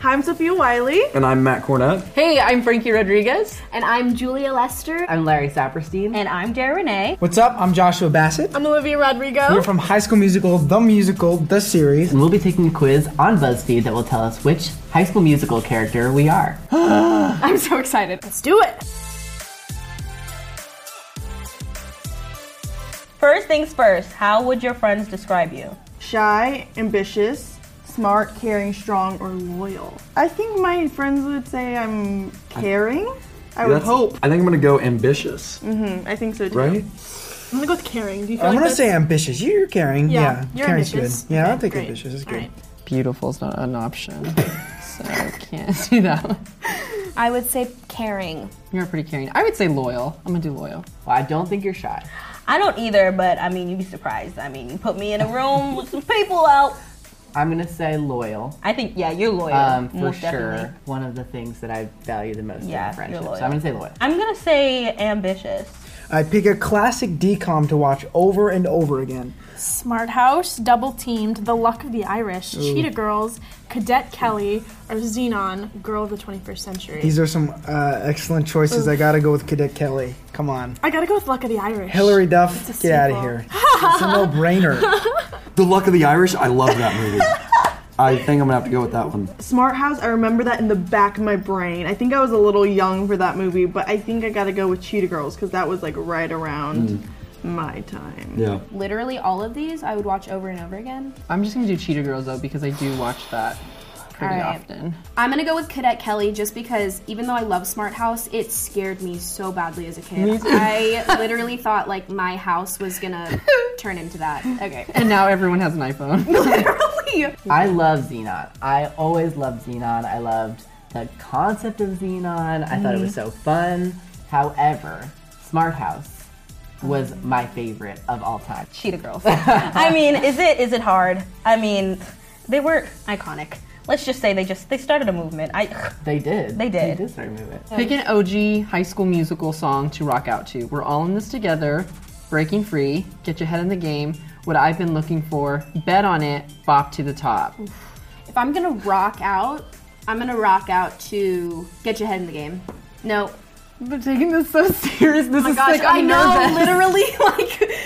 I'm Sophia Wiley. And I'm Matt Cornett. Hey, I'm Frankie Rodriguez. And I'm Julia Lester. I'm Larry Saperstein. And I'm Jay Renee. What's up? I'm Joshua Bassett. I'm Olivia Rodrigo. We're from High School Musical, the musical, the series. And we'll be taking a quiz on BuzzFeed that will tell us which High School Musical character we are. I'm so excited. Let's do it. First things first, how would your friends describe you? Shy, ambitious, smart, caring, strong, or loyal. I think my friends would say I'm caring. I, would That's- hope. Mm-hmm. I think I'm gonna go ambitious, I think so too. right? I'm gonna go with caring. Do you feel I'm like gonna that's- say ambitious. You're caring. Yeah, Yeah, you're caring's ambitious. good. Yeah, Okay, I'll take great. ambitious. It's All good. right. Beautiful's not an option, so can't do that one. I would say caring. You're pretty caring. I would say loyal. I'm gonna do loyal. Well, I don't think you're shy. I don't either, but I mean, you'd be surprised. I mean, you put me in a room with some people out. I'm gonna say loyal. I think, yeah, you're loyal. Mm, Um, for most sure, definitely. one of the things that I value the most Yeah, in a friendship. you're loyal. So I'm gonna say loyal. I'm gonna say ambitious. I pick a classic decom to watch over and over again. Smart House, Double Teamed, The Luck of the Irish, Cheetah Girls, Cadet Kelly, or Xenon, Girl of the 21st Century. These are some uh, excellent choices. I gotta go with Cadet Kelly. Come on, I gotta go with Luck of the Irish. Hillary Duff, get out of simple. here. It's a no-brainer. The Luck of the Irish. I love that movie. I think I'm gonna have to go with that one. Smart House, I remember that in the back of my brain. I think I was a little young for that movie, but I think I gotta go with Cheetah Girls because that was like right around my time. Mm. Yeah. Literally all of these I would watch over and over again. I'm just gonna do Cheetah Girls though because I do watch that pretty All right. often. I'm gonna go with Cadet Kelly just because even though I love Smart House, it scared me so badly as a kid. I literally thought like my house was gonna turn into that. Okay. And now everyone has an iPhone. I love Xenon. I always loved Xenon. I loved the concept of Xenon. I thought it was Mm-hmm. so fun. However, Smart House was my favorite of all time. Cheetah girls. I mean, is it is it hard? I mean, they were iconic. Let's just say they just they started a movement. I They did. They did. They did start moving. Pick an OG High School Musical song to rock out to. We're all in this together. Breaking free. Get your head in the game. What I've been looking for. Bet on it. Bop to the top. If I'm gonna rock out, I'm gonna rock out to get your head in the game. No. But taking this so serious. This Oh my is gosh, like I I'm know, nervous. literally like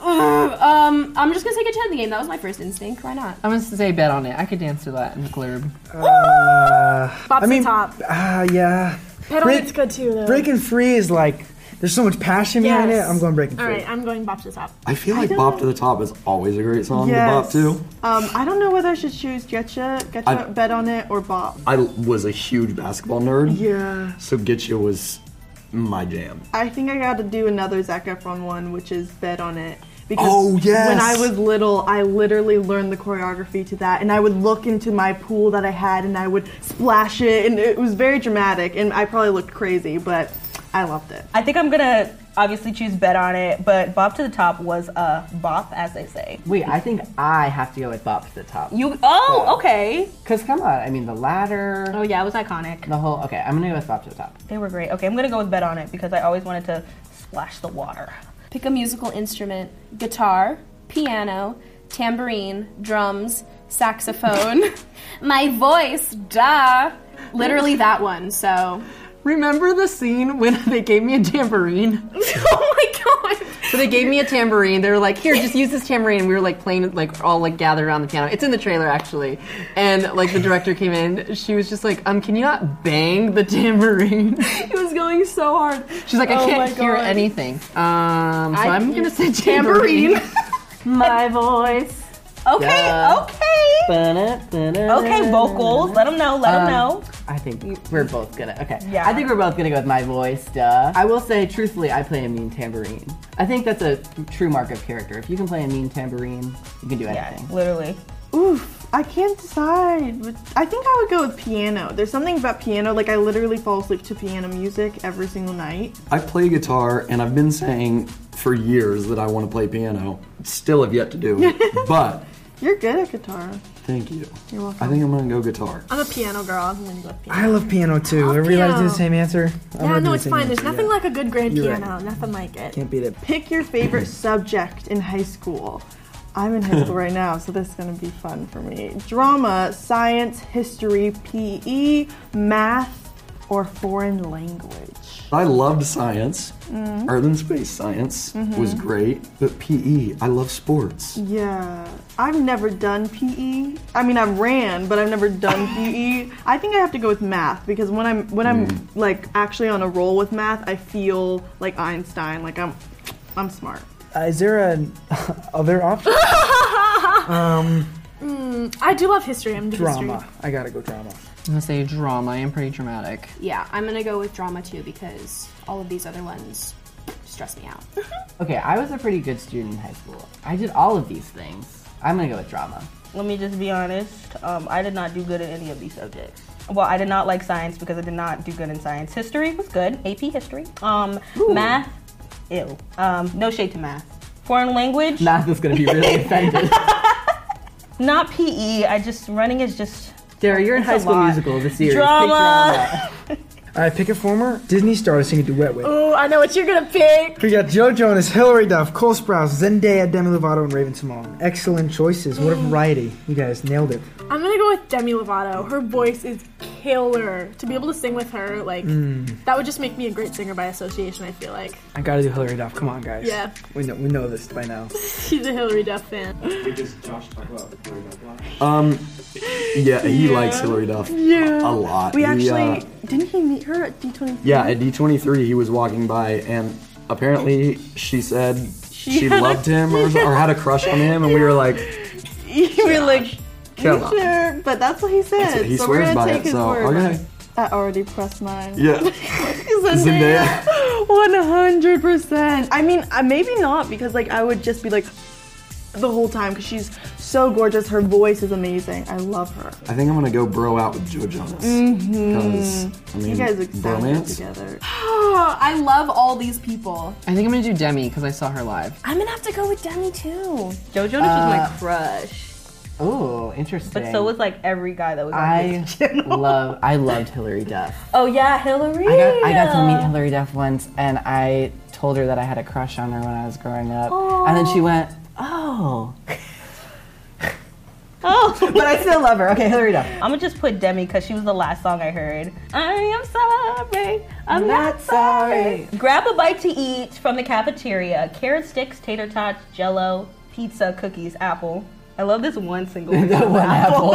ugh. um, I'm just gonna say get your head in the game. That was my first instinct. Why not? I'm gonna say bet on it. I could dance to that in the club. Uh, Bop I mean, the top. Ah, yeah. Pedal Break- it's good too though. Breaking free is like there's so much passion behind it. Yes. I'm going breaking free. All right, I'm going bop to the top. I feel like Bop to the Top is always a great song to bop to. Um, I don't know whether I should choose Getcha, Getcha, I- Bet on It, or Bop. I was a huge basketball nerd, Yeah. so Getcha was my jam. I think I gotta do another Zac Efron one, which is Bet on It. Because Oh, yes. when I was little, I literally learned the choreography to that, and I would look into my pool that I had, and I would splash it, and it was very dramatic, and I probably looked crazy, but I loved it. I think I'm gonna obviously choose bet on it, but bop to the top was a bop, as they say. Wait, I think I have to go with Bop to the Top. You oh okay. Because come on, I mean, the ladder, Oh yeah, it was iconic. the whole. Okay, I'm gonna go with Bop to the Top. They were great. Okay, I'm gonna go with bet on it because I always wanted to splash the water. Pick a musical instrument: guitar, piano, tambourine, drums, saxophone. my voice, duh. Literally that one. So. Remember the scene when they gave me a tambourine? oh my god. So they gave me a tambourine. They were like, "Here, just use this tambourine." And we were like playing, it, like all like gathered around the piano. It's in the trailer actually. And like the director came in, she was just like, "Um, can you not bang the tambourine?" It was going so hard. She's like, "I Oh can't my hear God. anything." Um, so I I'm hear gonna say tambourine. My voice. Okay, Yeah. okay, okay. Okay, Vocals, let them know. Let them Um, know. I think we're both gonna. Okay. Yeah. I think we're both gonna go with my voice, duh. I will say, truthfully, I play a mean tambourine. I think that's a true mark of character. If you can play a mean tambourine, you can do Yeah, anything. literally. Oof, I can't decide. but I think I would go with piano. There's something about piano, like I literally fall asleep to piano music every single night. I play guitar, and I've been saying for years that I want to play piano. Still have yet to do it, but You're good at guitar. thank you. You're welcome. I think I'm gonna go guitar. I'm a piano girl. I'm gonna go with piano. I love piano too. I realized I did the same answer. I'm Yeah, gonna do no, the it's same fine. answer, There's nothing yeah. like a good grand You're right. piano. Nothing like it. Can't beat it. Pick your favorite subject in high school. I'm in high school right now, so this is going to be fun for me. Drama, science, history, PE, math, or foreign language. I loved science. Mm-hmm. Earth and space science was great, but PE, I love sports. Yeah, I've never done PE. I mean, I've ran, but I've never done PE. I think I have to go with math because when I'm when I'm Mm. like actually on a roll with math, I feel like Einstein. Like I'm, I'm smart. Uh, is there an other option? I do love history. I'm into drama. history. I gotta go drama. I'm gonna say drama. I am pretty dramatic. Yeah, I'm gonna go with drama too because all of these other ones stress me out. Okay, I was a pretty good student in high school. I did all of these things. I'm gonna go with drama. Let me just be honest. Um, I did not do good in any of these subjects. Well, I did not like science because I did not do good in science. History was good, AP history. Um, math, ew. Um, no shade to math. Foreign language, Math is gonna be really offended. not PE. I just running is just Sarah, you're in It's High a School lot. Musical, the series. Big Drama. All right, pick a former Disney star to sing a duet with. Oh, I know what you're gonna pick. We got Joe Jonas, Hillary Duff, Cole Sprouse, Zendaya, Demi Lovato, and Raven Simone. Excellent choices. What a Mm. variety. You guys nailed it. I'm gonna go with Demi Lovato. Her voice is killer. To be able to sing with her, like Mm. that would just make me a great singer by association. I feel like. I gotta do Hillary Duff. Come on, guys. Yeah. We know, we know this by now. She's a Hillary Duff fan. Um, yeah, he likes Hillary Duff yeah. a lot. We He, actually uh, didn't he meet her at D23? yeah, at D23, he was walking by, and apparently she said she, had a- loved him or, or had a crush on him, and we were like, you were like. Come on. Sure, but that's what he said. what he so we're swears gonna by take it, his so, word. okay. I already pressed mine. yeah. Zendaya. One hundred percent. I mean, uh, maybe not because like I would just be like the whole time because she's so gorgeous. Her voice is amazing. I love her. I think I'm gonna go bro out with Joe Jonas. Because, I mean, Mm-hmm. You guys like sounded romance? together. Oh, I love all these people. I think I'm gonna do Demi because I saw her live. I'm gonna have to go with Demi too. Joe Jonas Uh, was my crush, Drama. Ooh, interesting. but so was like every guy that was on I his channel. love. I loved Hillary Duff. oh yeah, Hillary. I got, I got to meet Hillary Duff once, and I told her that I had a crush on her when I was growing up, and then she went, "Oh." Oh, But I still love her. Okay, Hillary Duff. I'm gonna just put Demi because she was the last song I heard. I am sorry. I'm not, Not sorry. Grab a bite to eat from the cafeteria. Carrot sticks, tater tots, jello, pizza, cookies, apple. I love this one single word. The one apple.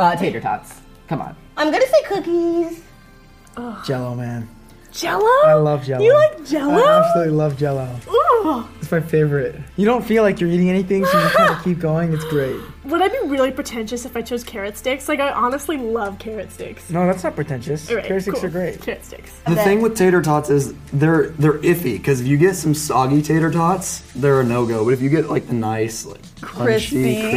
Uh, tater tots. Come on. I'm gonna say cookies. Jello, man. Jello? I love Jello. You like Jello? I absolutely love Jello. Ooh. It's my favorite. You don't feel like you're eating anything, so you just kind of keep going. It's great. Would I be really pretentious if I chose carrot sticks? Like I honestly love carrot sticks. No, that's not pretentious. All right, Mm. Carrot sticks cool. are great. Carrot sticks. The thing with tater tots is they're they're iffy because if you get some soggy tater tots, they're a no go. But if you get like the nice, like Crispy. crunchy,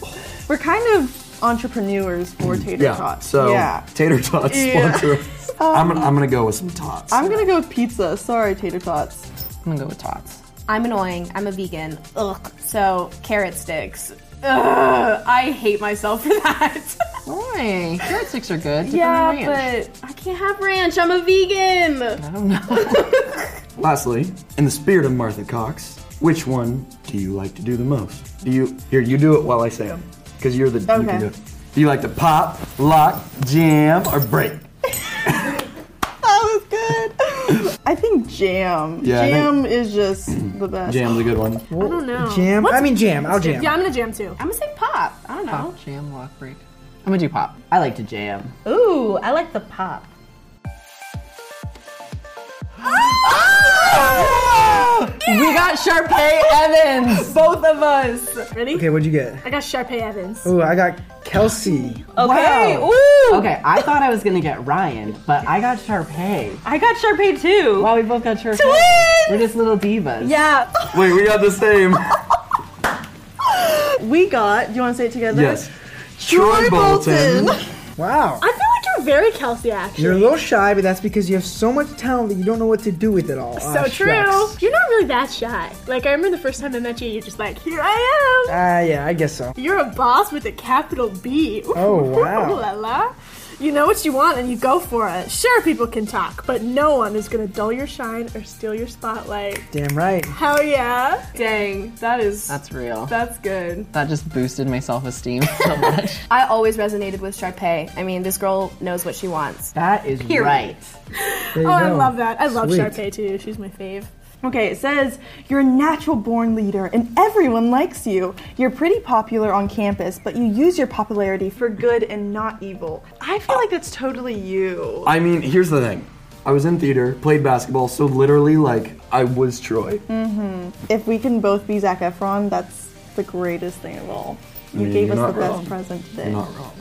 crispy, We're kind of entrepreneurs for tater Mm, yeah. tots. So yeah. tater tots Yeah. Um, sponsor. us. I'm gonna, I'm gonna go with some tots. I'm gonna go with pizza. Sorry, tater tots. I'm gonna go with tots. I'm annoying. I'm a vegan. Ugh. So carrot sticks. Ugh. I hate myself for that. Why? Carrot sticks are good. Dip 'em in ranch. yeah, but I can't have ranch. I'm a vegan. I don't know. Lastly, in the spirit of Martha Cox, which one do you like to do the most? Do you here? You do it while I say them because you're the. You Okay. can do, it. do you like to pop, lock, jam, or break? That was good. I think jam. Yeah, I jam is just the best. Jam's a good one. I don't know. Jam. I mean jam. I'll jam. Yeah, I'm gonna jam too. I'm gonna say pop. I don't know. pop, jam, lock, break. I'm gonna do pop. I like to jam. Ooh, I like the pop. We got Sharpay Evans. Both of us. Ready? Okay, what'd you get? I got Sharpay Evans. Ooh, I got Kelsey. Okay. Wow. Ooh. Okay, I thought I was gonna get Ryan, but I got Sharpay. I got Sharpay too. Wow, we both got Sharpay. We're Twins. just little divas. Yeah. Wait, we got the same. We got. Do you want to say it together? yes. Troy Bolton. Wow. I feel like you're very Kelsey actually. You're a little shy, but that's because you have so much talent that you don't know what to do with it all. Ah, so true. You're not really that shy. Like I remember the first time I met you, you're just like, here I am. Ah, yeah, I guess so. You're a boss with a capital B. Ooh, Oh, wow. la la. You know what you want and you go for it. Sure, people can talk, but no one is gonna dull your shine or steal your spotlight. Damn right. Hell yeah. Dang, that is Uh, That's real. that's good. That just boosted my self esteem so much. I always resonated with Sharpay. I mean, this girl knows what she wants. That is right. There you Oh, I go. love that. I love Sweet. Sharpay too. She's my fave. Okay, it says you're a natural born leader and everyone likes you. You're pretty popular on campus, but you use your popularity for good and not evil. I feel like that's totally you. I mean, here's the thing. I was in theater, played basketball, so literally, like, I was Troy. Mm. If we can both be Zac Efron, that's the greatest thing of all. You mean, gave you're us not the wrong. best present today. You're not wrong.